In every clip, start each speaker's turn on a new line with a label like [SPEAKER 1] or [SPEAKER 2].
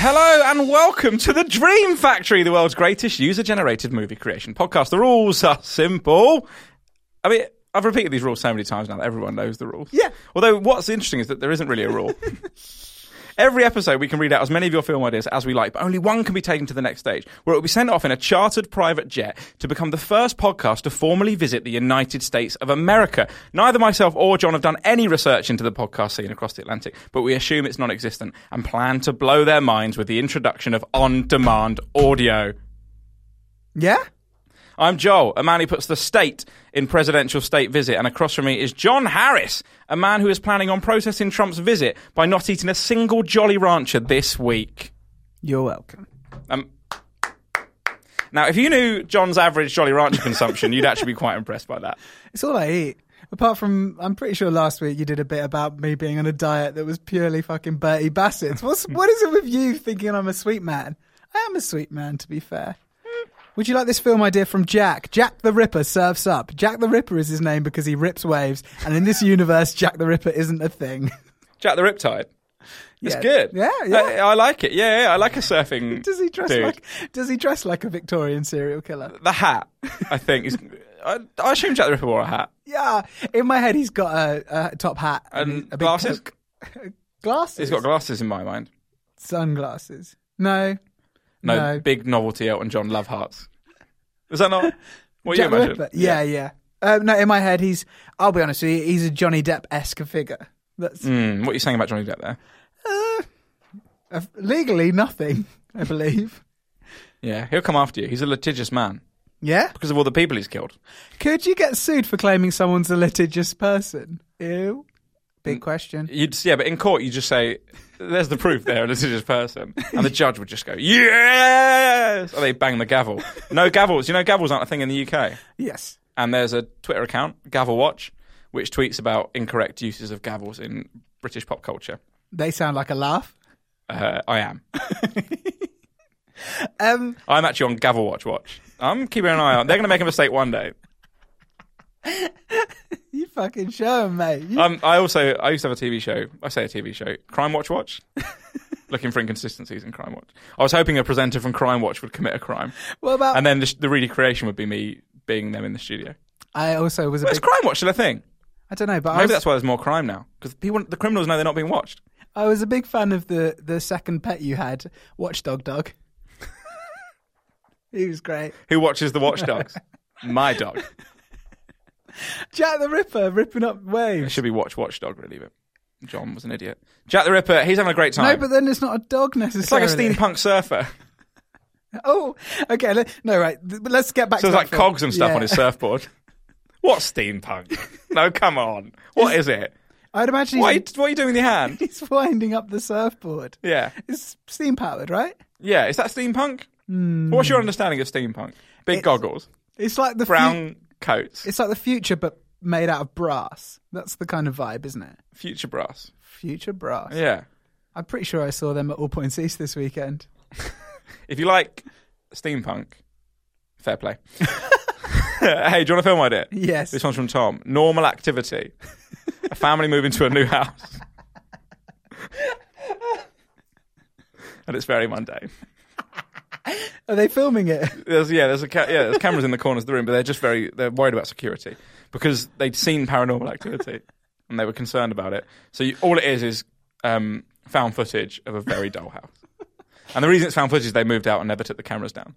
[SPEAKER 1] Hello and welcome to the Dream Factory, the world's greatest user-generated movie creation podcast. The rules are simple. I mean, I've repeated these rules so many times now that everyone knows the rules.
[SPEAKER 2] Yeah.
[SPEAKER 1] Although what's interesting is that there isn't really a rule. Every episode, we can read out as many of your film ideas as we like, but only one can be taken to the next stage, where it will be sent off in a chartered private jet to become the first podcast to formally visit the United States of America. Neither myself or John have done any research into the podcast scene across the Atlantic, but we assume it's non existent and plan to blow their minds with the introduction of on demand audio.
[SPEAKER 2] Yeah?
[SPEAKER 1] I'm Joel, a man who puts the state in presidential state visit, and across from me is John Harris, a man who is planning on protesting Trump's visit by not eating a single Jolly Rancher this week.
[SPEAKER 2] You're welcome.
[SPEAKER 1] Um, now, if you knew John's average Jolly Rancher consumption, you'd actually be quite impressed by that.
[SPEAKER 2] It's all I eat. Apart from, I'm pretty sure last week you did a bit about me being on a diet that was purely fucking Bertie Bassett's. What's what is it with you thinking I'm a sweet man? I am a sweet man, to be fair. Would you like this film idea from Jack? Jack the Ripper surfs up. Jack the Ripper is his name because he rips waves, and in this universe, Jack the Ripper isn't a thing.
[SPEAKER 1] Jack the Riptide. It's
[SPEAKER 2] Yeah.
[SPEAKER 1] good.
[SPEAKER 2] Yeah, yeah.
[SPEAKER 1] I, I like it. Yeah, yeah, I like a surfing.
[SPEAKER 2] Does he dress
[SPEAKER 1] dude.
[SPEAKER 2] like? Does he dress like a Victorian serial killer?
[SPEAKER 1] the hat? I think is. I, I assume Jack the Ripper wore a hat.
[SPEAKER 2] Yeah. In my head, he's got a, a top hat a
[SPEAKER 1] And
[SPEAKER 2] big
[SPEAKER 1] glasses?
[SPEAKER 2] coat. glasses.
[SPEAKER 1] He's got glasses in my mind.
[SPEAKER 2] sunglasses. No.
[SPEAKER 1] No,
[SPEAKER 2] No.
[SPEAKER 1] big novelty Elton John love hearts. Is that not what
[SPEAKER 2] Jack
[SPEAKER 1] you
[SPEAKER 2] the
[SPEAKER 1] imagine?
[SPEAKER 2] Ripper. Yeah, yeah. Um, no, in my head, he's. I'll be honest with you. He's a Johnny Depp esque figure. That's
[SPEAKER 1] Hmm, what are you saying about Johnny Depp there?
[SPEAKER 2] uh, legally nothing, I believe.
[SPEAKER 1] Yeah, he'll come after you. He's a litigious man
[SPEAKER 2] Yeah.
[SPEAKER 1] because of all the people he's killed.
[SPEAKER 2] Could you get sued for claiming someone's a litigious person? Ew.
[SPEAKER 1] Mm.
[SPEAKER 2] Big question.
[SPEAKER 1] You'd yeah, but in court you just say, "There's the proof. They're a litigious person," and the judge would just go, "Yes!" Or they bang the gavel. No gavels. You know, gavels aren't a thing in the UK.
[SPEAKER 2] Yes.
[SPEAKER 1] And there's a Twitter account, Gavel Watch, which tweets about incorrect uses of gavels in British pop culture.
[SPEAKER 2] They sound like a laugh.
[SPEAKER 1] Uh, I am.
[SPEAKER 2] Um,
[SPEAKER 1] I'm actually on Gavel Watch Watch. I'm keeping an eye on. They're going to make a mistake one day.
[SPEAKER 2] you fucking show 'em, mate. You-
[SPEAKER 1] Um, I also I used to have a TV show. I say a TV show, Crime Watch Watch. Looking for inconsistencies in Crime Watch. I was hoping a presenter from Crime Watch would commit a crime,
[SPEAKER 2] what about?
[SPEAKER 1] and then the, the really creation would be me being them in the studio.
[SPEAKER 2] I also was a
[SPEAKER 1] But is
[SPEAKER 2] big.
[SPEAKER 1] Crime Watch still a thing?
[SPEAKER 2] I don't know, but I
[SPEAKER 1] Maybe
[SPEAKER 2] was,
[SPEAKER 1] that's why there's more crime now because people, the criminals know they're not being watched.
[SPEAKER 2] I was a big fan of the the second pet you had, Watchdog Dog. he was great.
[SPEAKER 1] Who watches the watchdogs? My dog.
[SPEAKER 2] Jack the Ripper ripping up
[SPEAKER 1] It
[SPEAKER 2] waves.
[SPEAKER 1] should be watch watchdog really, but John was an idiot. Jack the Ripper. He's having a great
[SPEAKER 2] No,
[SPEAKER 1] time.
[SPEAKER 2] but then it's not a dog
[SPEAKER 1] it's like a
[SPEAKER 2] necessarily.
[SPEAKER 1] steampunk surfer.
[SPEAKER 2] Oh, okay. le- No, right. th- but Let's get back
[SPEAKER 1] So
[SPEAKER 2] to
[SPEAKER 1] there's
[SPEAKER 2] that
[SPEAKER 1] like
[SPEAKER 2] film.
[SPEAKER 1] cogs and stuff
[SPEAKER 2] Yeah.
[SPEAKER 1] on his surfboard. What's steampunk? no, come on. What is it?
[SPEAKER 2] I'd imagine
[SPEAKER 1] What are, you,
[SPEAKER 2] he's,
[SPEAKER 1] what are you doing with your hand?
[SPEAKER 2] he's winding up the surfboard.
[SPEAKER 1] Yeah.
[SPEAKER 2] It's steam powered, right?
[SPEAKER 1] Yeah. Is that steampunk? What's your understanding of steampunk? Big
[SPEAKER 2] Hmm. It's-
[SPEAKER 1] goggles,
[SPEAKER 2] It's like the fu-
[SPEAKER 1] brown coats,
[SPEAKER 2] it's like the future, but made out of brass. That's the kind of vibe, isn't it?
[SPEAKER 1] future brass.
[SPEAKER 2] Future brass.
[SPEAKER 1] Yeah.
[SPEAKER 2] I'm pretty sure I saw them at All Points East this weekend.
[SPEAKER 1] If you like steampunk, fair play. hey, do you want a film idea?
[SPEAKER 2] Yes.
[SPEAKER 1] This one's from Tom. Normal activity. a family moving to a new house. and it's very mundane.
[SPEAKER 2] Are they filming it?
[SPEAKER 1] There's, yeah, there's a ca- yeah, there's cameras in the corners of the room, but they're just very they're worried about security because they'd seen paranormal activity and they were concerned about it. So you, all it is is um, found footage of a very dull house. And the reason it's found footage is they moved out and never took the cameras down.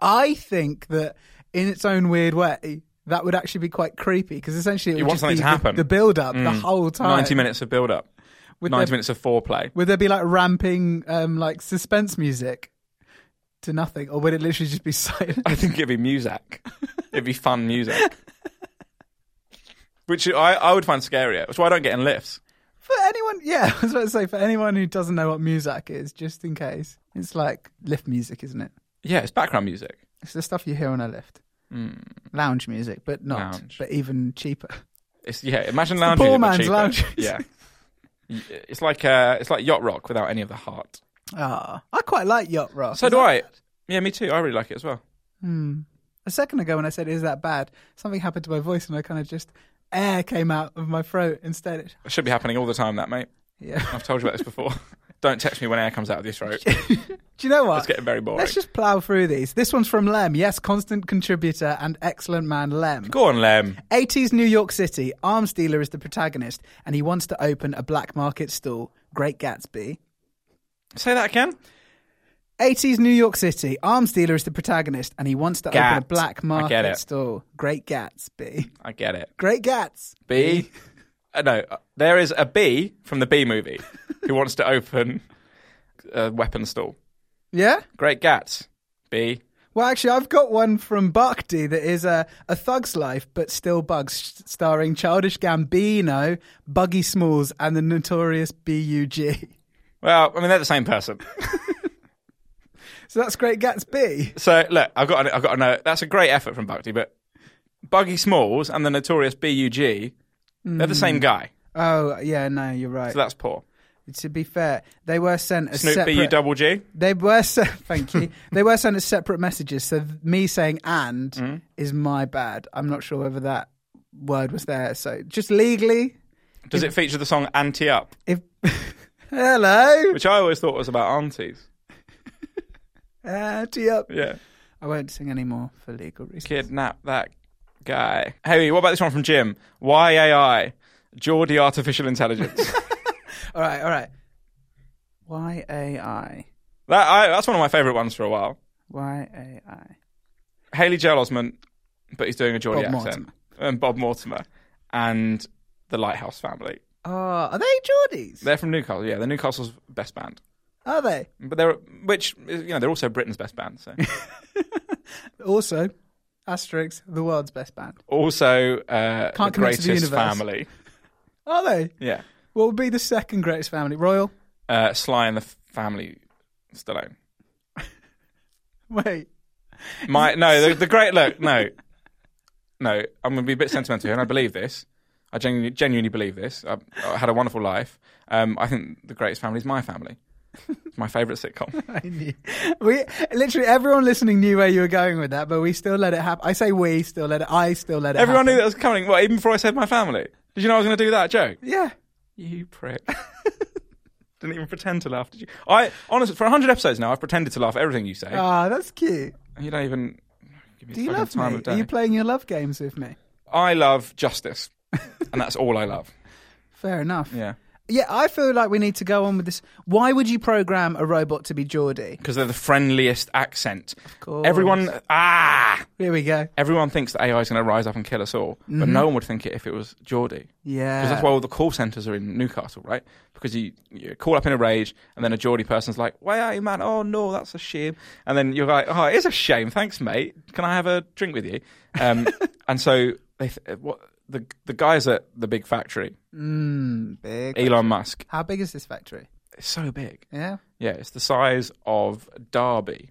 [SPEAKER 2] I think that in its own weird way, that would actually be quite creepy because essentially it
[SPEAKER 1] You
[SPEAKER 2] would just
[SPEAKER 1] want something
[SPEAKER 2] be
[SPEAKER 1] to
[SPEAKER 2] the-
[SPEAKER 1] happen.
[SPEAKER 2] the build up the whole time.
[SPEAKER 1] Mm. Ninety minutes of build up,
[SPEAKER 2] Would
[SPEAKER 1] ninety
[SPEAKER 2] there,
[SPEAKER 1] minutes of foreplay.
[SPEAKER 2] Would there be like ramping, um, like suspense music to nothing, or would it literally just be silent?
[SPEAKER 1] I think it'd be music. it'd be fun music, which I, I would find scarier. That's why I don't get in lifts.
[SPEAKER 2] for anyone, yeah, I was about to say for anyone who doesn't know what Muzak is, just in case, it's like lift music, isn't it?
[SPEAKER 1] Yeah, it's background music.
[SPEAKER 2] It's the stuff you hear on a lift, lounge music, but not,
[SPEAKER 1] Hmm. Lounge.
[SPEAKER 2] but even cheaper.
[SPEAKER 1] It's yeah. Imagine
[SPEAKER 2] the
[SPEAKER 1] lounges.
[SPEAKER 2] poor
[SPEAKER 1] but
[SPEAKER 2] man's
[SPEAKER 1] cheaper.
[SPEAKER 2] lounges.
[SPEAKER 1] Yeah. Y- It's like uh, it's like yacht rock without any of the heart.
[SPEAKER 2] Ah, I quite like yacht rock.
[SPEAKER 1] So
[SPEAKER 2] Is
[SPEAKER 1] do
[SPEAKER 2] that-
[SPEAKER 1] I. Yeah, me too. I really like it as well.
[SPEAKER 2] A second ago, when I said "Is that bad?" something happened to my voice, and I kind of just air came out of my throat instead.
[SPEAKER 1] It should be happening all the time, that mate.
[SPEAKER 2] Yeah.
[SPEAKER 1] I've told you about this before. don't text me when air comes out of your throat.
[SPEAKER 2] Do you know what?
[SPEAKER 1] It's getting very boring.
[SPEAKER 2] Let's just plow through these. This one's from Lem. Yes, constant contributor and excellent man, Lem.
[SPEAKER 1] Go on, Lem.
[SPEAKER 2] 80s New York City. Arms dealer is the protagonist, and he wants to open a black market stall. Great Gatsby.
[SPEAKER 1] Say that again.
[SPEAKER 2] 80s New York City. Arms dealer is the protagonist, and he wants to open a
[SPEAKER 1] Gats.
[SPEAKER 2] black
[SPEAKER 1] I get
[SPEAKER 2] market
[SPEAKER 1] it.
[SPEAKER 2] stall. Great Gatsby.
[SPEAKER 1] I get it.
[SPEAKER 2] Great Gats.
[SPEAKER 1] B. Uh, no, uh, there is a B from the B movie who wants to open a weapon stall.
[SPEAKER 2] Yeah?
[SPEAKER 1] Great Gats. B.
[SPEAKER 2] Well, actually, I've got one from Bhakti that is a, a thug's life, but still bugs, starring Childish Gambino, Buggy Smalls, and the notorious B.U.G.
[SPEAKER 1] Well, I mean they're the same person.
[SPEAKER 2] So that's Great Gatsby.
[SPEAKER 1] So look, I've got an, I've got a note. That's a great effort from Buggy, but Buggy Smalls and the notorious Bug, they're the same guy.
[SPEAKER 2] Oh, yeah, no, you're right.
[SPEAKER 1] So that's poor.
[SPEAKER 2] to be fair, they were sent as
[SPEAKER 1] Snoop
[SPEAKER 2] separate.
[SPEAKER 1] Bu double G.
[SPEAKER 2] they were se- thank you. they were sent as separate messages. So th- me saying "and"
[SPEAKER 1] Mm-hmm.
[SPEAKER 2] is my bad. I'm not sure whether that word was there. So just legally,
[SPEAKER 1] Does it feature the song Anti Up,
[SPEAKER 2] if hello,
[SPEAKER 1] which I always thought was about aunties?
[SPEAKER 2] uh, tee up.
[SPEAKER 1] Yeah,
[SPEAKER 2] I won't sing anymore for legal reasons.
[SPEAKER 1] kidnap that guy. Hey, what about this one from Jim? YAI, Geordie Artificial Intelligence.
[SPEAKER 2] All right, all right. Y A I
[SPEAKER 1] that I, that's one of my favourite ones for a while.
[SPEAKER 2] Y A I.
[SPEAKER 1] Haley Joel Osment, but he's doing a Geordie
[SPEAKER 2] Bob
[SPEAKER 1] accent,
[SPEAKER 2] Mortimer.
[SPEAKER 1] and Bob Mortimer, and the Lighthouse Family.
[SPEAKER 2] Oh, are they Geordies?
[SPEAKER 1] They're from Newcastle. Yeah, they're Newcastle's best band.
[SPEAKER 2] Are they?
[SPEAKER 1] But they're which is- you know they're also Britain's best band. So
[SPEAKER 2] Also, Asterix, the world's best band.
[SPEAKER 1] also uh, the
[SPEAKER 2] Can't connect to the universe.
[SPEAKER 1] greatest family.
[SPEAKER 2] Are they?
[SPEAKER 1] Yeah,
[SPEAKER 2] What would be the second greatest family? Royal?
[SPEAKER 1] uh, Sly and the F- Family Stallone.
[SPEAKER 2] Wait.
[SPEAKER 1] My no, the, the great look. No, no, I'm going to be a bit sentimental here, and I believe this. I genuinely, genuinely believe this. I, I had a wonderful life. Um, I think the greatest family is my family. It's my favourite sitcom.
[SPEAKER 2] I knew. We literally everyone listening knew where you were going with that, but we still let it happen. I say we still let it. I still let it.
[SPEAKER 1] Everyone knew
[SPEAKER 2] happen.
[SPEAKER 1] that was coming. Well, even before I said my family. Did you know I was going to do that joke?
[SPEAKER 2] Yeah.
[SPEAKER 1] You prick. Didn't even pretend to laugh, did you? I honestly, for hundred episodes now, I've pretended to laugh at everything you say.
[SPEAKER 2] Ah, that's cute.
[SPEAKER 1] and you don't even give me
[SPEAKER 2] Do you
[SPEAKER 1] fucking
[SPEAKER 2] love
[SPEAKER 1] time
[SPEAKER 2] me?
[SPEAKER 1] of
[SPEAKER 2] Are
[SPEAKER 1] day.
[SPEAKER 2] you playing your love games with me?
[SPEAKER 1] I love justice, and that's all I love.
[SPEAKER 2] Fair enough.
[SPEAKER 1] Yeah,
[SPEAKER 2] Yeah, I feel like we need to go on with this. Why would you program a robot to be Geordie?
[SPEAKER 1] because they're the friendliest accent. Of
[SPEAKER 2] course.
[SPEAKER 1] Everyone ah,
[SPEAKER 2] Here we go.
[SPEAKER 1] everyone thinks that AI is going to rise up and kill us all, but no one would think it if it was Geordie.
[SPEAKER 2] Mm-hmm. Yeah.
[SPEAKER 1] Because that's why all the call centres are in Newcastle, right? Because you, you call up in a rage, and then a Geordie person's like, "Why are you, man? Oh no, that's a shame." And then you're like, "Oh, it is a shame. Thanks, mate. Can I have a drink with you?" Um, and so they th- uh, what the the guys at the big factory,
[SPEAKER 2] Mm, big.
[SPEAKER 1] Elon Musk,
[SPEAKER 2] How big is this factory?
[SPEAKER 1] it's so big.
[SPEAKER 2] Yeah.
[SPEAKER 1] Yeah, it's the size of Derby.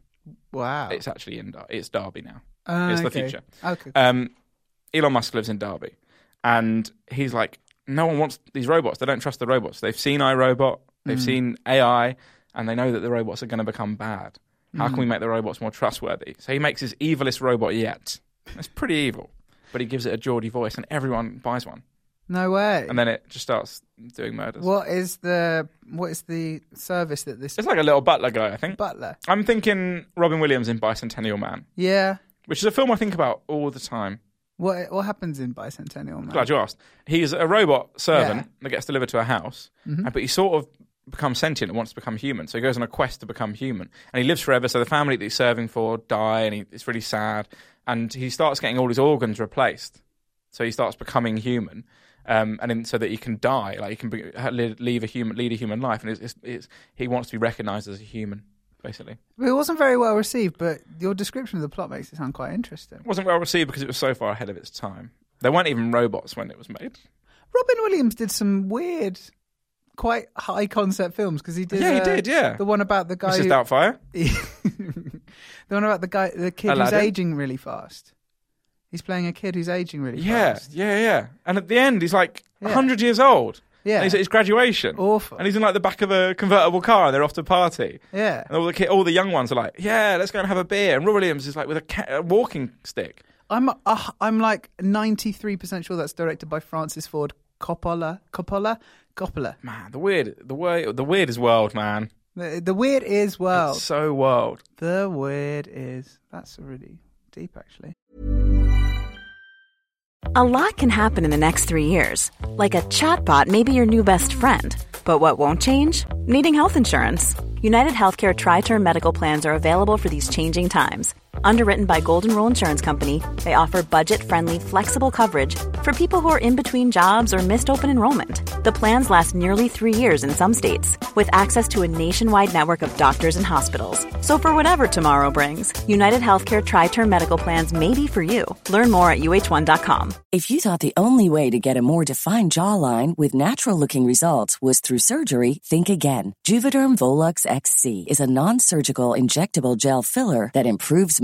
[SPEAKER 2] Wow.
[SPEAKER 1] It's actually in Dar- it's Derby now.
[SPEAKER 2] Ah,
[SPEAKER 1] it's the
[SPEAKER 2] okay.
[SPEAKER 1] future.
[SPEAKER 2] Okay.
[SPEAKER 1] Um, Elon Musk lives in Derby, and he's like, no one wants these robots. They don't trust the robots. They've seen iRobot, they've seen AI, and they know that the robots are going to become bad. How can we make the robots more trustworthy? So he makes his evilest robot yet, It's pretty evil. But he gives it a Geordie voice, and everyone buys one.
[SPEAKER 2] No way.
[SPEAKER 1] And then it just starts doing murders.
[SPEAKER 2] what is the what is the service that this
[SPEAKER 1] It's like a little butler guy, I think.
[SPEAKER 2] butler?
[SPEAKER 1] I'm thinking Robin Williams in Bicentennial Man,
[SPEAKER 2] Yeah.
[SPEAKER 1] which is a film I think about all the time.
[SPEAKER 2] What what happens in Bicentennial Man?
[SPEAKER 1] Glad you asked. He's a robot servant
[SPEAKER 2] Yeah.
[SPEAKER 1] that gets delivered to a house, and- but he sort of becomes sentient and wants to become human. So he goes on a quest to become human, and he lives forever. So the family that he's serving for die, and he, it's really sad. And he starts getting all his organs replaced, so he starts becoming human, um, and then so that he can die, like he can be, ha- li- leave a human, lead a human life, and it's, it's, it's, he wants to be recognised as a human. Basically,
[SPEAKER 2] It wasn't very well received, but your description of the plot makes it sound quite interesting.
[SPEAKER 1] it wasn't well received because it was so far ahead of its time. There weren't even robots when it was made.
[SPEAKER 2] Robin Williams did some weird, quite high concept films because he did.
[SPEAKER 1] Yeah, he
[SPEAKER 2] uh,
[SPEAKER 1] did, yeah.
[SPEAKER 2] the one about the guy.
[SPEAKER 1] Mrs.
[SPEAKER 2] Who,
[SPEAKER 1] Doubtfire.
[SPEAKER 2] the one about the guy, the kid
[SPEAKER 1] Aladdin?
[SPEAKER 2] who's aging really fast. He's playing a kid who's aging really
[SPEAKER 1] Yeah,
[SPEAKER 2] fast.
[SPEAKER 1] yeah, yeah. And at the end, he's like
[SPEAKER 2] Yeah.
[SPEAKER 1] 100 years old.
[SPEAKER 2] Yeah.
[SPEAKER 1] And he's at his graduation.
[SPEAKER 2] Awful.
[SPEAKER 1] And he's in like the back of a convertible car and they're off to a party.
[SPEAKER 2] Yeah.
[SPEAKER 1] And all the, ki- all the young ones are like, yeah, let's go and have a beer. And Rob Williams is like with a, ca- a walking stick.
[SPEAKER 2] I'm uh, I'm like 93% sure that's directed by Francis Ford Coppola. Coppola? Coppola.
[SPEAKER 1] Man, the weird, the way, the weird is world, man.
[SPEAKER 2] The, the weird is world.
[SPEAKER 1] It's so world.
[SPEAKER 2] The weird is. That's really deep, actually.
[SPEAKER 3] A lot can happen in the next three years. Like a chatbot may be your new best friend. But what won't change? Needing health insurance. United Healthcare Tri Term Medical Plans are available for these changing times. Underwritten by Golden Rule Insurance Company, they offer budget friendly, flexible coverage for people who are in between jobs or missed open enrollment. The plans last nearly three years in some states, with access to a nationwide network of doctors and hospitals. So for whatever tomorrow brings, United Healthcare Tri-Term Medical Plans may be for you. Learn more at uh1.com.
[SPEAKER 4] If you thought the only way to get a more defined jawline with natural looking results was through surgery, think again. Juvederm Volux XC is a non surgical injectable gel filler that improves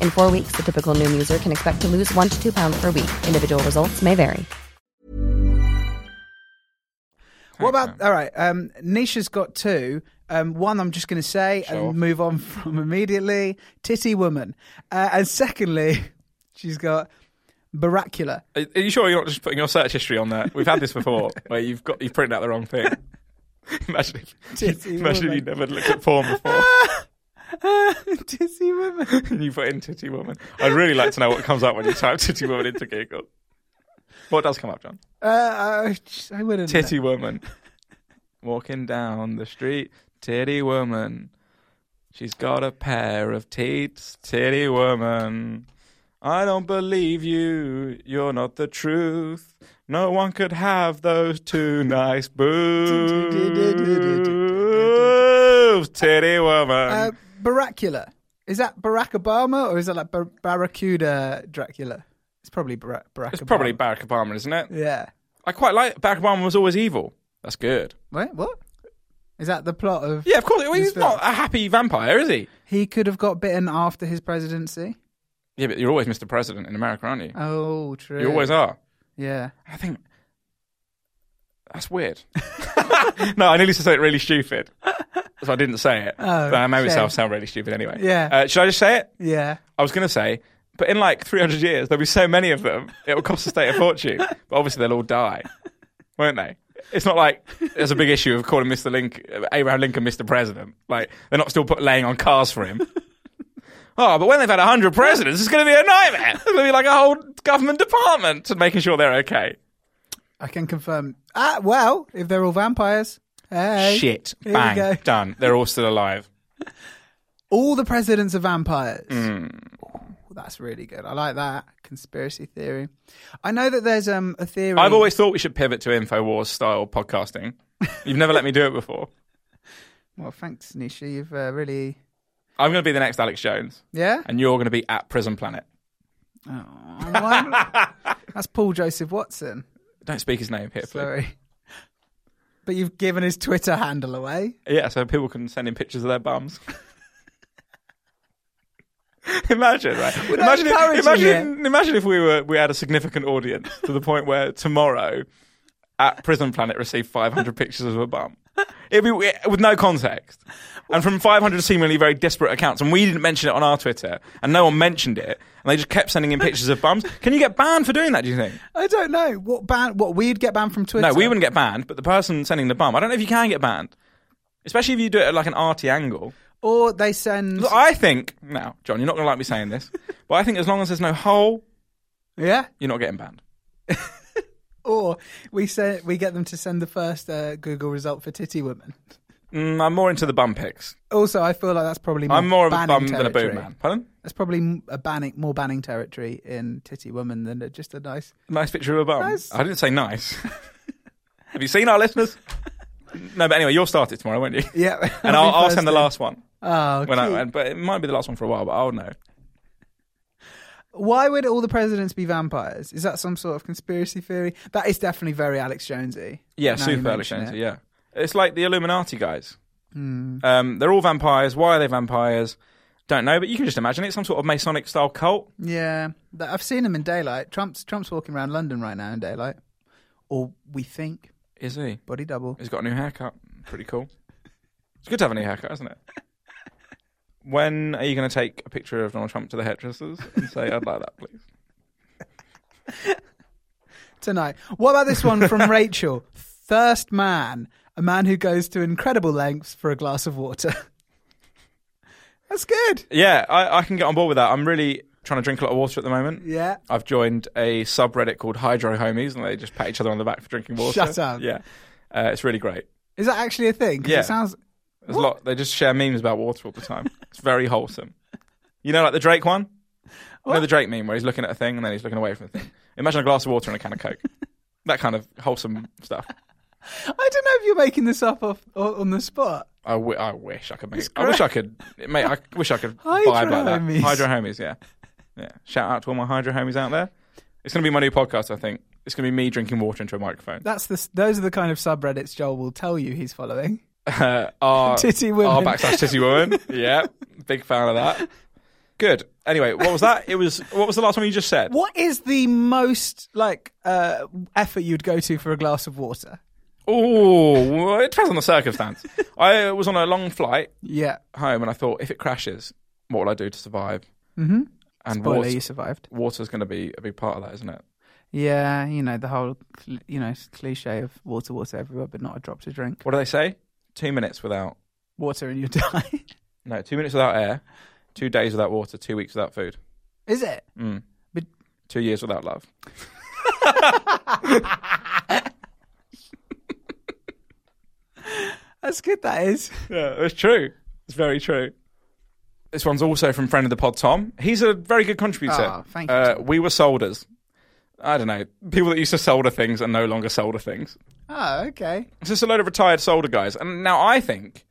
[SPEAKER 5] In four weeks, the typical Noom user can expect to lose one to two pounds per week. Individual results may vary.
[SPEAKER 2] What about all right? Um, Nisha's got two. Um, one I'm just going to say
[SPEAKER 1] Sure.
[SPEAKER 2] and move on from immediately. Titty woman, uh, and secondly, she's got baracula.
[SPEAKER 1] Are, are you sure you're not just putting your search history on there? We've had this before where you've got, you've printed out the wrong thing. imagine if,
[SPEAKER 2] Titty
[SPEAKER 1] imagine if
[SPEAKER 2] woman.
[SPEAKER 1] you never looked at porn before.
[SPEAKER 2] Titty woman.
[SPEAKER 1] Can you put in titty woman? I'd really like to know what comes up when you type titty woman into Google. What does come up, John?
[SPEAKER 2] Uh, I, I wouldn't. know.
[SPEAKER 1] Titty woman. Walking down the street, titty woman. She's got a pair of teats, titty woman. I don't believe you, you're not the truth. No one could have those two nice boobs, titty
[SPEAKER 2] Uh,
[SPEAKER 1] woman.
[SPEAKER 2] baracula. Is that Barack Obama or is that like Bar- Barracuda Dracula? It's probably Bar- Barack.
[SPEAKER 1] It's
[SPEAKER 2] Obama.
[SPEAKER 1] probably Barack Obama, isn't it?
[SPEAKER 2] Yeah.
[SPEAKER 1] I quite like Barack Obama was always evil. That's good.
[SPEAKER 2] Wait, what? Is that the plot of?
[SPEAKER 1] Yeah, of course. Well,
[SPEAKER 2] this
[SPEAKER 1] he's
[SPEAKER 2] film?
[SPEAKER 1] not a happy vampire, is he?
[SPEAKER 2] He could have got bitten after his presidency.
[SPEAKER 1] Yeah, but you're always Mr. President in America, aren't you?
[SPEAKER 2] Oh, true.
[SPEAKER 1] You always are.
[SPEAKER 2] Yeah.
[SPEAKER 1] I think that's weird. no, I nearly said something really stupid, so I didn't say it.
[SPEAKER 2] Oh,
[SPEAKER 1] but I made
[SPEAKER 2] shame.
[SPEAKER 1] myself sound really stupid anyway.
[SPEAKER 2] Yeah.
[SPEAKER 1] Uh, should I just say it?
[SPEAKER 2] Yeah.
[SPEAKER 1] I was going to say But in like 300 years, there'll be so many of them, it will cost the state a fortune. But obviously, they'll all die, won't they? It's not like there's a big issue of calling Mr. Link, Abraham Lincoln Mr. President. Like, they're not still put, laying on cars for him. Oh, but when they've had 100 presidents, it's going to be a nightmare. It's going to be like a whole government department to making sure they're okay.
[SPEAKER 2] I can confirm. Ah, well, if they're all vampires. Hey.
[SPEAKER 1] Shit.
[SPEAKER 2] Here we go.
[SPEAKER 1] Bang. Done. They're all still alive.
[SPEAKER 2] All the presidents are vampires.
[SPEAKER 1] Mm.
[SPEAKER 2] Ooh, that's really good. I like that conspiracy theory. I know that there's um a theory.
[SPEAKER 1] I've always thought we should pivot to InfoWars style podcasting. You've never let me do it before.
[SPEAKER 2] Well, thanks, Nisha. You've uh, really.
[SPEAKER 1] I'm going to be the next Alex Jones,
[SPEAKER 2] Yeah. Oh,
[SPEAKER 1] and you're going to be at Prison Planet.
[SPEAKER 2] Why- that's Paul Joseph Watson.
[SPEAKER 1] Don't speak his name here, please.
[SPEAKER 2] Sorry. But you've given his Twitter handle away.
[SPEAKER 1] Yeah, so people can send in pictures of their bums. imagine, right? Imagine, if,
[SPEAKER 2] encouraging
[SPEAKER 1] imagine, imagine if we were we had a significant audience to the point where tomorrow at Prison Planet received 500 pictures of a bum. It'd be it- with no context, and from 500 seemingly very desperate accounts, and we didn't mention it on our Twitter, and no one mentioned it, and they just kept sending in pictures of bums. Can you get banned for doing that? Do you think?
[SPEAKER 2] I don't know what ban. What we'd get banned from Twitter.
[SPEAKER 1] No, we wouldn't get banned, but the person sending the bum, I don't know if you can get banned, especially if you do it at like an arty angle.
[SPEAKER 2] Or they send.
[SPEAKER 1] Look, I think now, John, you're not going to like me saying this, but I think as long as there's no hole,
[SPEAKER 2] yeah.
[SPEAKER 1] you're not getting banned.
[SPEAKER 2] Or we send. We get them to send the first uh, Google result for titty women.
[SPEAKER 1] Mm, I'm more into the bum pics.
[SPEAKER 2] Also, I feel like that's probably. More
[SPEAKER 1] I'm more of a
[SPEAKER 2] Mm, banning
[SPEAKER 1] bum than a boob
[SPEAKER 2] territory.
[SPEAKER 1] man. Pardon?
[SPEAKER 2] That's probably m- a banning, more banning territory in titty woman than a- just a nice.
[SPEAKER 1] Nice picture of a bum.
[SPEAKER 2] Nice.
[SPEAKER 1] I didn't say nice. Have you seen our listeners? No, but anyway, you'll start it tomorrow, won't you?
[SPEAKER 2] Yeah.
[SPEAKER 1] And I'll, I'll send the last one.
[SPEAKER 2] Oh, cute.
[SPEAKER 1] When I, but it might be the last one for a while, but I'll know.
[SPEAKER 2] Why would all the presidents be vampires? Is that some sort of conspiracy theory? That is definitely very Alex Jonesy.
[SPEAKER 1] Yeah,
[SPEAKER 2] now you
[SPEAKER 1] super Alex
[SPEAKER 2] mention
[SPEAKER 1] Jones,
[SPEAKER 2] it. Hmm.
[SPEAKER 1] Yeah, it's like the Illuminati guys. Um, they're all vampires. Why are they vampires? Don't know, but you can just imagine it's some sort of Masonic style cult.
[SPEAKER 2] Yeah, That- I've seen him in daylight. Trump's Trump's walking around London right now in daylight, or we think
[SPEAKER 1] Is he?
[SPEAKER 2] body double.
[SPEAKER 1] He's got a new haircut. Pretty cool. It's good to have a new haircut, isn't it? When are you going to take a picture of Donald Trump to the hairdressers and say, "I'd like that, please"?
[SPEAKER 2] tonight. What about this one from Rachel? Thirst man, a man who goes to incredible lengths for a glass of water. That's good.
[SPEAKER 1] Yeah, I, I can get on board with that. I'm really trying to drink a lot of water at the moment.
[SPEAKER 2] Yeah.
[SPEAKER 1] I've joined a subreddit called Hydro Homies, and they just pat each other on the back for drinking water.
[SPEAKER 2] Shut up.
[SPEAKER 1] Yeah, uh, it's really great.
[SPEAKER 2] Is that actually a thing? 'Cause
[SPEAKER 1] Yeah.
[SPEAKER 2] It sounds.
[SPEAKER 1] There's a lot. They just share memes about water all the time. It's very wholesome. You know, like the Drake one. You know the Drake meme where he's looking at a thing and then he's looking away from the thing. Imagine a glass of water and a can of Coke. that kind of wholesome stuff.
[SPEAKER 2] I don't know if you're making this up off, o- on the spot.
[SPEAKER 1] I, w- I wish I could make. I wish I could. Mate, I wish I could
[SPEAKER 2] Hydro
[SPEAKER 1] vibe like that.
[SPEAKER 2] homies.
[SPEAKER 1] Hydro homies, yeah, yeah. Shout out to all my hydro homies out there. It's going to be my new podcast. I think it's going to be me drinking water into a microphone.
[SPEAKER 2] That's the. s- Those are the kind of subreddits Joel will tell you he's following.
[SPEAKER 1] Uh, our,
[SPEAKER 2] Titty women.
[SPEAKER 1] our backslash titty woman. yeah, big fan of that. Good. Anyway, what was that? It was. What was the last one you just said?
[SPEAKER 2] What is the most like uh, effort you'd go to for a glass of water?
[SPEAKER 1] Oh, well, it depends on the circumstance. I was on a long flight
[SPEAKER 2] Yeah.
[SPEAKER 1] home, and I thought, if it crashes, what will I do to survive? Mm-hmm. And
[SPEAKER 2] Spoiler,
[SPEAKER 1] water,
[SPEAKER 2] you survived.
[SPEAKER 1] water's going to be a big part of that, isn't it?
[SPEAKER 2] Yeah, you know the whole, cl- you know, cliche of water, water everywhere, but not a drop to drink.
[SPEAKER 1] What do they say? Two minutes without
[SPEAKER 2] Water and you die.
[SPEAKER 1] no, two minutes without air, two days without water, two weeks without food,
[SPEAKER 2] Is it?
[SPEAKER 1] Mm. two years without love.
[SPEAKER 2] That's good. That is.
[SPEAKER 1] Yeah, it's true. It's very true. This one's also from friend of the pod, Tom. He's a very good contributor.
[SPEAKER 2] Ah, thank you,
[SPEAKER 1] Uh,
[SPEAKER 2] Tom.
[SPEAKER 1] we were solders. I don't know. People that used to solder things and no longer solder things.
[SPEAKER 2] Oh, okay.
[SPEAKER 1] It's just a load of retired solder guys. And now I think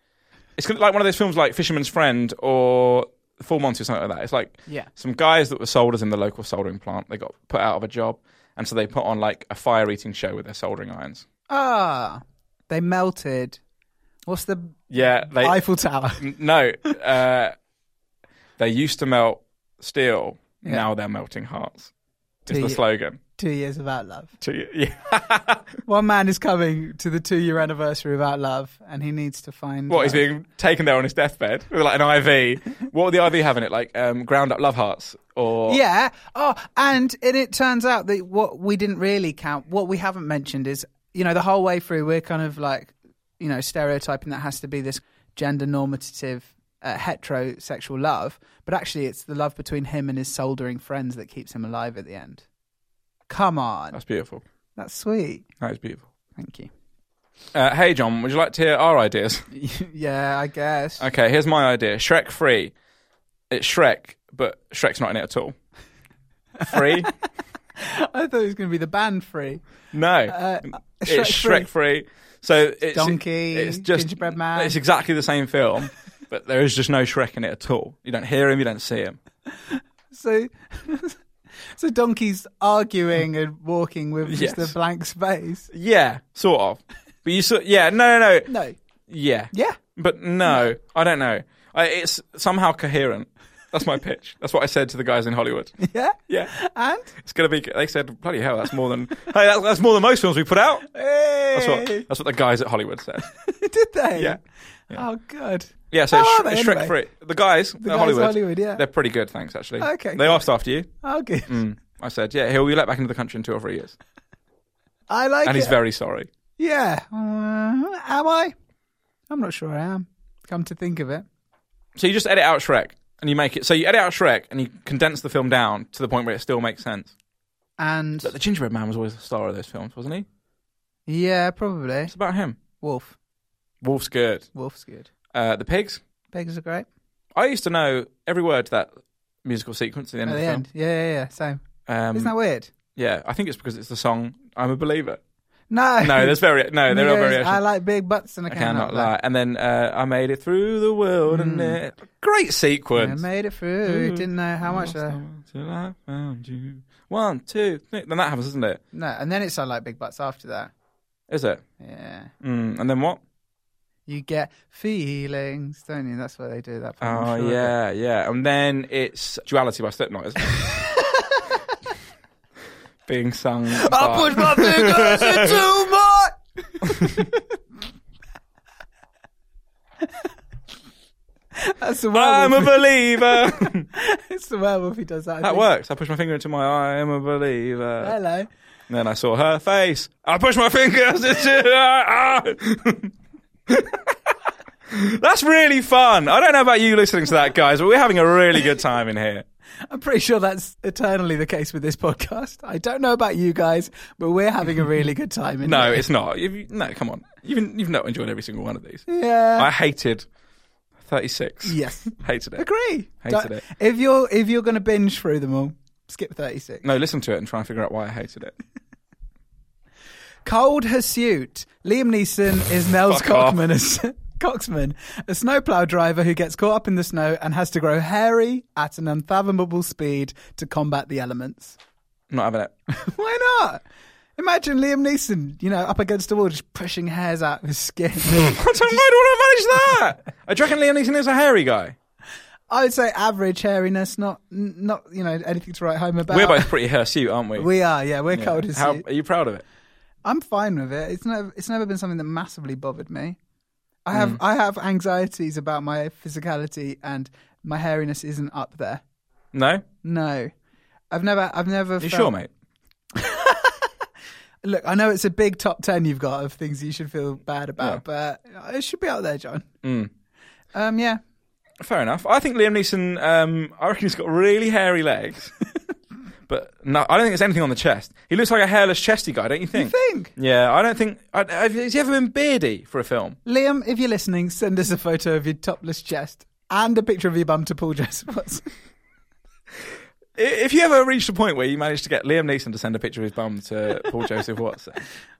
[SPEAKER 1] it's gonna- like one of those films like Fisherman's Friend or Full Monty or something like that. It's like
[SPEAKER 2] Yeah.
[SPEAKER 1] some guys that were solders in the local soldering plant. They got put out of a job. And so they put on like a fire eating show with their soldering irons.
[SPEAKER 2] Ah, they melted. What's the
[SPEAKER 1] Yeah. They, Mm.
[SPEAKER 2] Eiffel Tower?
[SPEAKER 1] N- no. Uh, they used to melt steel. Now they're melting hearts. is the
[SPEAKER 2] ye-
[SPEAKER 1] slogan.
[SPEAKER 2] Two years without love.
[SPEAKER 1] To, yeah.
[SPEAKER 2] One man is coming to the two-year anniversary without love, and he needs to find.
[SPEAKER 1] What, he's
[SPEAKER 2] love.
[SPEAKER 1] being taken there on his deathbed with like an IV. what would the IV have in it? Like um, ground up love hearts or
[SPEAKER 2] Yeah. Oh, and and it turns out that what we didn't really count, what we haven't mentioned is, you know, the whole way through we're kind of like, you know, stereotyping that has to be this gender normative uh, heterosexual love, but actually it's the love between him and his soldering friends that keeps him alive at the end. Come on,
[SPEAKER 1] That's beautiful.
[SPEAKER 2] that's sweet.
[SPEAKER 1] That is beautiful.
[SPEAKER 2] Thank you.
[SPEAKER 1] Uh, hey, John, would you like to hear our ideas?
[SPEAKER 2] yeah, I guess.
[SPEAKER 1] Okay, here's my idea Shrek free. It's Shrek, but Shrek's not in it at all. Free?
[SPEAKER 2] I thought it was going to be the band free.
[SPEAKER 1] No. it's
[SPEAKER 2] Uh, Shrek
[SPEAKER 1] Shrek free. So it's
[SPEAKER 2] Donkey, Gingerbread Man.
[SPEAKER 1] It's exactly the same film, but there is just no Shrek in it at all. You don't hear him, you don't see him.
[SPEAKER 2] So, so donkey's arguing and walking with
[SPEAKER 1] Yes.
[SPEAKER 2] just a blank space.
[SPEAKER 1] Yeah, sort of. But you saw, yeah, no, no, no,
[SPEAKER 2] No.
[SPEAKER 1] yeah,
[SPEAKER 2] Yeah.
[SPEAKER 1] but no, I don't know. I, it's somehow coherent. That's my pitch. That's what I said to the guys in Hollywood.
[SPEAKER 2] Yeah.
[SPEAKER 1] Yeah,
[SPEAKER 2] And
[SPEAKER 1] it's gonna be. They said, "Bloody hell, that's more than hey, that's, that's more than most films we put out." That's what
[SPEAKER 2] Hey!
[SPEAKER 1] that's what the guys at Hollywood said.
[SPEAKER 2] did they?
[SPEAKER 1] Yeah.
[SPEAKER 2] Oh, good.
[SPEAKER 1] Yeah, so
[SPEAKER 2] How
[SPEAKER 1] it's,
[SPEAKER 2] are Oh, they
[SPEAKER 1] it's Shrek
[SPEAKER 2] anyway?
[SPEAKER 1] free. The guys at
[SPEAKER 2] guys at
[SPEAKER 1] Hollywood,
[SPEAKER 2] Hollywood, yeah.
[SPEAKER 1] they're pretty good. Thanks, actually.
[SPEAKER 2] Okay,
[SPEAKER 1] they
[SPEAKER 2] good.
[SPEAKER 1] asked after you. Hmm.
[SPEAKER 2] Oh, good.
[SPEAKER 1] I said, "Yeah, he'll be let back into the country in two or three years,"
[SPEAKER 2] I like
[SPEAKER 1] and
[SPEAKER 2] it.
[SPEAKER 1] he's very sorry.
[SPEAKER 2] yeah. Uh, am I? I'm not sure I am. Come to think of it.
[SPEAKER 1] So you just edit out Shrek, and you make it. So you edit out Shrek, and you condense the film down to the point where it still makes sense.
[SPEAKER 2] And
[SPEAKER 1] But the Gingerbread Man was always the star of those films, wasn't he?
[SPEAKER 2] yeah, probably.
[SPEAKER 1] It's about him.
[SPEAKER 2] Wolf.
[SPEAKER 1] Wolf's good.
[SPEAKER 2] Wolf's good.
[SPEAKER 1] Uh, the pigs.
[SPEAKER 2] Beggars are great.
[SPEAKER 1] I used to know every word to that musical sequence at the end
[SPEAKER 2] At
[SPEAKER 1] of
[SPEAKER 2] the
[SPEAKER 1] the,
[SPEAKER 2] end. Yeah, yeah, yeah. Same.
[SPEAKER 1] film. Mm, Um,
[SPEAKER 2] Isn't that weird?
[SPEAKER 1] Yeah, I think it's because it's the song "I'm a Believer."
[SPEAKER 2] No.
[SPEAKER 1] No, there's very no, there are
[SPEAKER 2] Yes,
[SPEAKER 1] variations.
[SPEAKER 2] I like big butts and I,
[SPEAKER 1] I cannot
[SPEAKER 2] lie.
[SPEAKER 1] lie. And then uh, I made it through the world,
[SPEAKER 2] Hmm.
[SPEAKER 1] and it great
[SPEAKER 2] I
[SPEAKER 1] sequence.
[SPEAKER 2] made it through. Didn't know how much.
[SPEAKER 1] Lost
[SPEAKER 2] Uh,
[SPEAKER 1] someone till I found you. One, two, three. Then that happens, isn't it?
[SPEAKER 2] no, and then it's I like big butts after that.
[SPEAKER 1] Is it?
[SPEAKER 2] Yeah,
[SPEAKER 1] Mm, and then what?
[SPEAKER 2] you get feelings, don't you? That's what they do. That. part,
[SPEAKER 1] Oh
[SPEAKER 2] I'm sure.
[SPEAKER 1] yeah, yeah. And then it's "Duality" by Slipknot, isn't it? Being sung.
[SPEAKER 2] I
[SPEAKER 1] by-
[SPEAKER 2] put my fingers into my. That's the
[SPEAKER 1] I'm
[SPEAKER 2] werewolf.
[SPEAKER 1] a believer.
[SPEAKER 2] it's the werewolf who does that. I
[SPEAKER 1] Um, that
[SPEAKER 2] think.
[SPEAKER 1] works. I pushed my finger into my eye. I'm a believer.
[SPEAKER 2] Hello.
[SPEAKER 1] And then I saw her face. I pushed my fingers into her eye. ah. That's really fun. I don't know about you listening to that, guys, but we're having a really good time in here.
[SPEAKER 2] I'm pretty sure that's eternally the case with this podcast. I don't know about you guys, but we're having a really good time. In
[SPEAKER 1] No,
[SPEAKER 2] here.
[SPEAKER 1] it's not. You- you- no, come on. You've, you've not enjoyed every single one of these.
[SPEAKER 2] yeah.
[SPEAKER 1] I hated 36.
[SPEAKER 2] Yes.
[SPEAKER 1] Hated it.
[SPEAKER 2] Agree.
[SPEAKER 1] Hated
[SPEAKER 2] Don't-
[SPEAKER 1] it.
[SPEAKER 2] If you're if you're going to binge through them all, skip 36.
[SPEAKER 1] No, listen to it and try and figure out why I hated it.
[SPEAKER 2] Cold Hirsute. Liam Neeson is Nels
[SPEAKER 1] Fuck off.
[SPEAKER 2] Cockman as Coxman, a snowplow driver who gets caught up in the snow and has to grow hairy at an unfathomable speed to combat the elements.
[SPEAKER 1] I'm not having it.
[SPEAKER 2] Why not? Imagine Liam Neeson, you know, up against a wall, just pushing hairs out of his skin.
[SPEAKER 1] I don't, why do I manage that? I do you reckon Liam Neeson is a hairy guy.
[SPEAKER 2] I would say average hairiness, not n- not you know anything to write home about.
[SPEAKER 1] We're both pretty hirsute, aren't we?
[SPEAKER 2] we are, yeah, we're
[SPEAKER 1] Yeah.
[SPEAKER 2] cold as
[SPEAKER 1] How,
[SPEAKER 2] you.
[SPEAKER 1] are you proud of it?
[SPEAKER 2] I'm fine with it. It's never it's never been something that massively bothered me. I
[SPEAKER 1] Mm.
[SPEAKER 2] have I have anxieties about my physicality and my hairiness isn't up there.
[SPEAKER 1] No?
[SPEAKER 2] No. I've never I've never
[SPEAKER 1] You
[SPEAKER 2] felt,
[SPEAKER 1] sure, mate?
[SPEAKER 2] Look, I know it's a big top 10 you've got of things you should feel bad about, but it should be out there, John.
[SPEAKER 1] Mm.
[SPEAKER 2] Um yeah.
[SPEAKER 1] Fair enough. I think Liam Neeson. Um, I reckon he's got really hairy legs, but no, I don't think there's anything on the chest. He looks like a hairless, chesty guy, don't you think?
[SPEAKER 2] Think.
[SPEAKER 1] Yeah, I don't think. I, have, has he ever been beardy for a film?
[SPEAKER 2] Liam, if you're listening, send us a photo of your topless chest and a picture of your bum to Paul Joseph Watson.
[SPEAKER 1] I- If you ever reached a point where you managed to get Liam Neeson to send a picture of his bum to Paul Joseph Watson,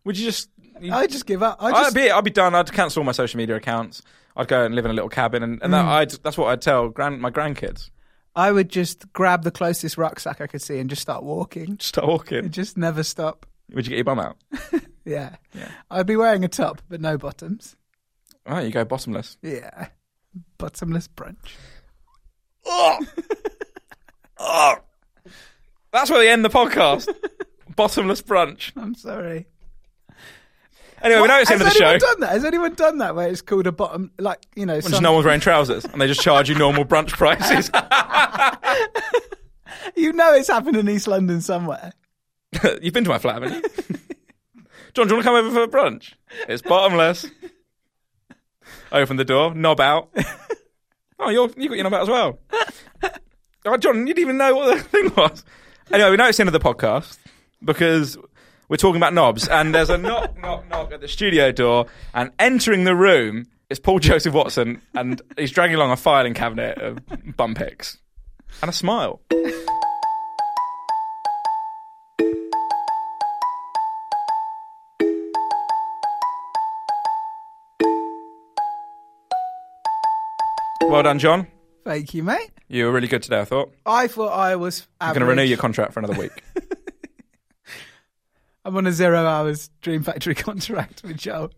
[SPEAKER 1] would you just? you-
[SPEAKER 2] I just give up. I
[SPEAKER 1] I'd
[SPEAKER 2] just
[SPEAKER 1] be, I'd be done. I'd cancel all my social media accounts. I'd go and live in a little cabin, and, and that, I'd, that's what I'd tell grand, my grandkids.
[SPEAKER 2] I would just grab the closest rucksack I could see and just start walking.
[SPEAKER 1] Just start walking.
[SPEAKER 2] Just never stop.
[SPEAKER 1] Would you get your bum out?
[SPEAKER 2] Yeah. I'd be wearing a top, but no bottoms.
[SPEAKER 1] Oh, you go bottomless.
[SPEAKER 2] Yeah. Bottomless brunch.
[SPEAKER 1] That's where they end the podcast. Bottomless brunch.
[SPEAKER 2] I'm sorry.
[SPEAKER 1] Anyway, we know it's the
[SPEAKER 2] Has
[SPEAKER 1] end of the show.
[SPEAKER 2] anyone done that? Has anyone done that where it's called a bottom, like, you know,
[SPEAKER 1] When
[SPEAKER 2] some-
[SPEAKER 1] just no one's wearing trousers and they just charge you normal brunch prices.
[SPEAKER 2] you know it's happened in East London somewhere.
[SPEAKER 1] You've been to my flat, haven't you? John, do you want to come over for brunch? It's bottomless. I open the door, knob out. Oh, you're, you got your knob out as well. Oh, John, you didn't even know what the thing was. Anyway, we know it's the end of the podcast because we're talking about knobs, and there's a knock, knock, knock at the studio door, and entering the room is Paul Joseph Watson, and he's dragging along a filing cabinet of bum picks and a smile. Well done, John.
[SPEAKER 2] Thank you, mate.
[SPEAKER 1] You were really good today, I thought.
[SPEAKER 2] I thought I was.
[SPEAKER 1] I'm going to renew your contract for another week.
[SPEAKER 2] I'm on a zero hours Dream Factory contract with Joel.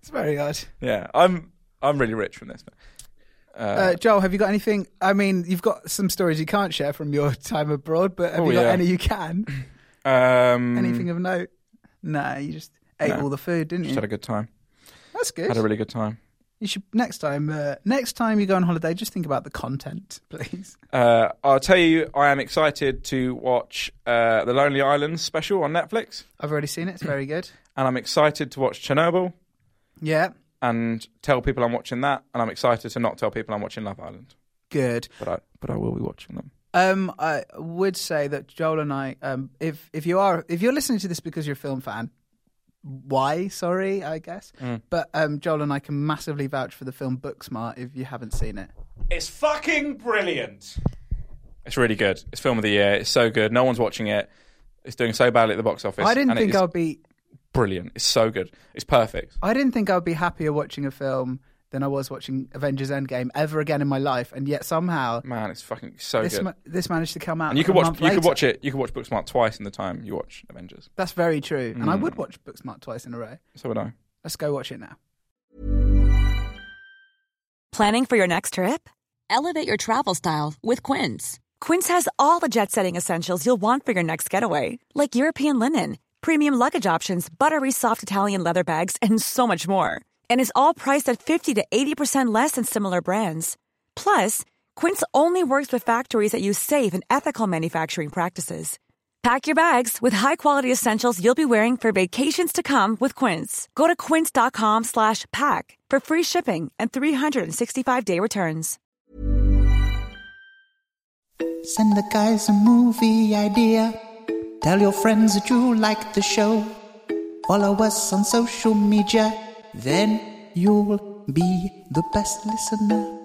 [SPEAKER 2] It's very hard.
[SPEAKER 1] yeah, I'm I'm really rich from this.
[SPEAKER 2] Uh, Joel, have you got anything? I mean, you've got some stories you can't share from your time abroad, but have
[SPEAKER 1] Oh,
[SPEAKER 2] you got
[SPEAKER 1] yeah.
[SPEAKER 2] any you can?
[SPEAKER 1] Um,
[SPEAKER 2] Anything of note? Nah, you just ate
[SPEAKER 1] No.
[SPEAKER 2] all the food, didn't you?
[SPEAKER 1] Just had a good time.
[SPEAKER 2] That's good.
[SPEAKER 1] Had a really good time.
[SPEAKER 2] you should next time. Uh, next time you go on holiday, just think about the content, please.
[SPEAKER 1] Uh, I'll tell you, I am excited to watch uh, the Lonely Islands special on Netflix,
[SPEAKER 2] I've already seen it. It's very good.
[SPEAKER 1] and I'm excited to watch Chernobyl
[SPEAKER 2] Yeah,
[SPEAKER 1] and tell people I'm watching that, and I'm excited to not tell people I'm watching Love Island,
[SPEAKER 2] good.
[SPEAKER 1] but I but I will be watching them.
[SPEAKER 2] Um, I would say that Joel and I, um, if if you are if you're listening to this because you're a film fan, why? Sorry, I guess.
[SPEAKER 1] Mm.
[SPEAKER 2] But um, Joel and I can massively vouch for the film Booksmart if you haven't seen it.
[SPEAKER 1] It's fucking brilliant. It's really good. It's film of the year. It's so good. No one's watching it. It's doing so badly at the box office.
[SPEAKER 2] I didn't
[SPEAKER 1] and
[SPEAKER 2] think
[SPEAKER 1] it is
[SPEAKER 2] I'd be
[SPEAKER 1] brilliant. It's so good. It's perfect.
[SPEAKER 2] I didn't think I'd be happier watching a film than I was watching Avengers Endgame ever again in my life, and yet somehow
[SPEAKER 1] Man, it's fucking Mm, so
[SPEAKER 2] this
[SPEAKER 1] good.
[SPEAKER 2] ma- this managed to come out.
[SPEAKER 1] and you
[SPEAKER 2] a
[SPEAKER 1] could watch
[SPEAKER 2] month
[SPEAKER 1] you could
[SPEAKER 2] later.
[SPEAKER 1] watch it. You could watch Booksmart twice in the time you watch Avengers.
[SPEAKER 2] That's very true, and I
[SPEAKER 1] Mm.
[SPEAKER 2] would watch Booksmart twice in a row.
[SPEAKER 1] So would I.
[SPEAKER 2] Let's go watch it now.
[SPEAKER 3] Planning for your next trip?
[SPEAKER 6] Elevate your travel style with Quince.
[SPEAKER 3] Quince has all the jet setting essentials you'll want for your next getaway, like European linen, premium luggage options, buttery soft Italian leather bags, and so much more. And is all priced at 50 to 80% less than similar brands. Plus, Quince only works with factories that use safe and ethical manufacturing practices. Pack your bags with high-quality essentials you'll be wearing for vacations to come with Quince. Go to quince.com slash pack for free shipping and 365-day returns.
[SPEAKER 7] Send the guys a movie idea. Tell your friends that you like the show. Follow us on social media. Then you'll be the best listener.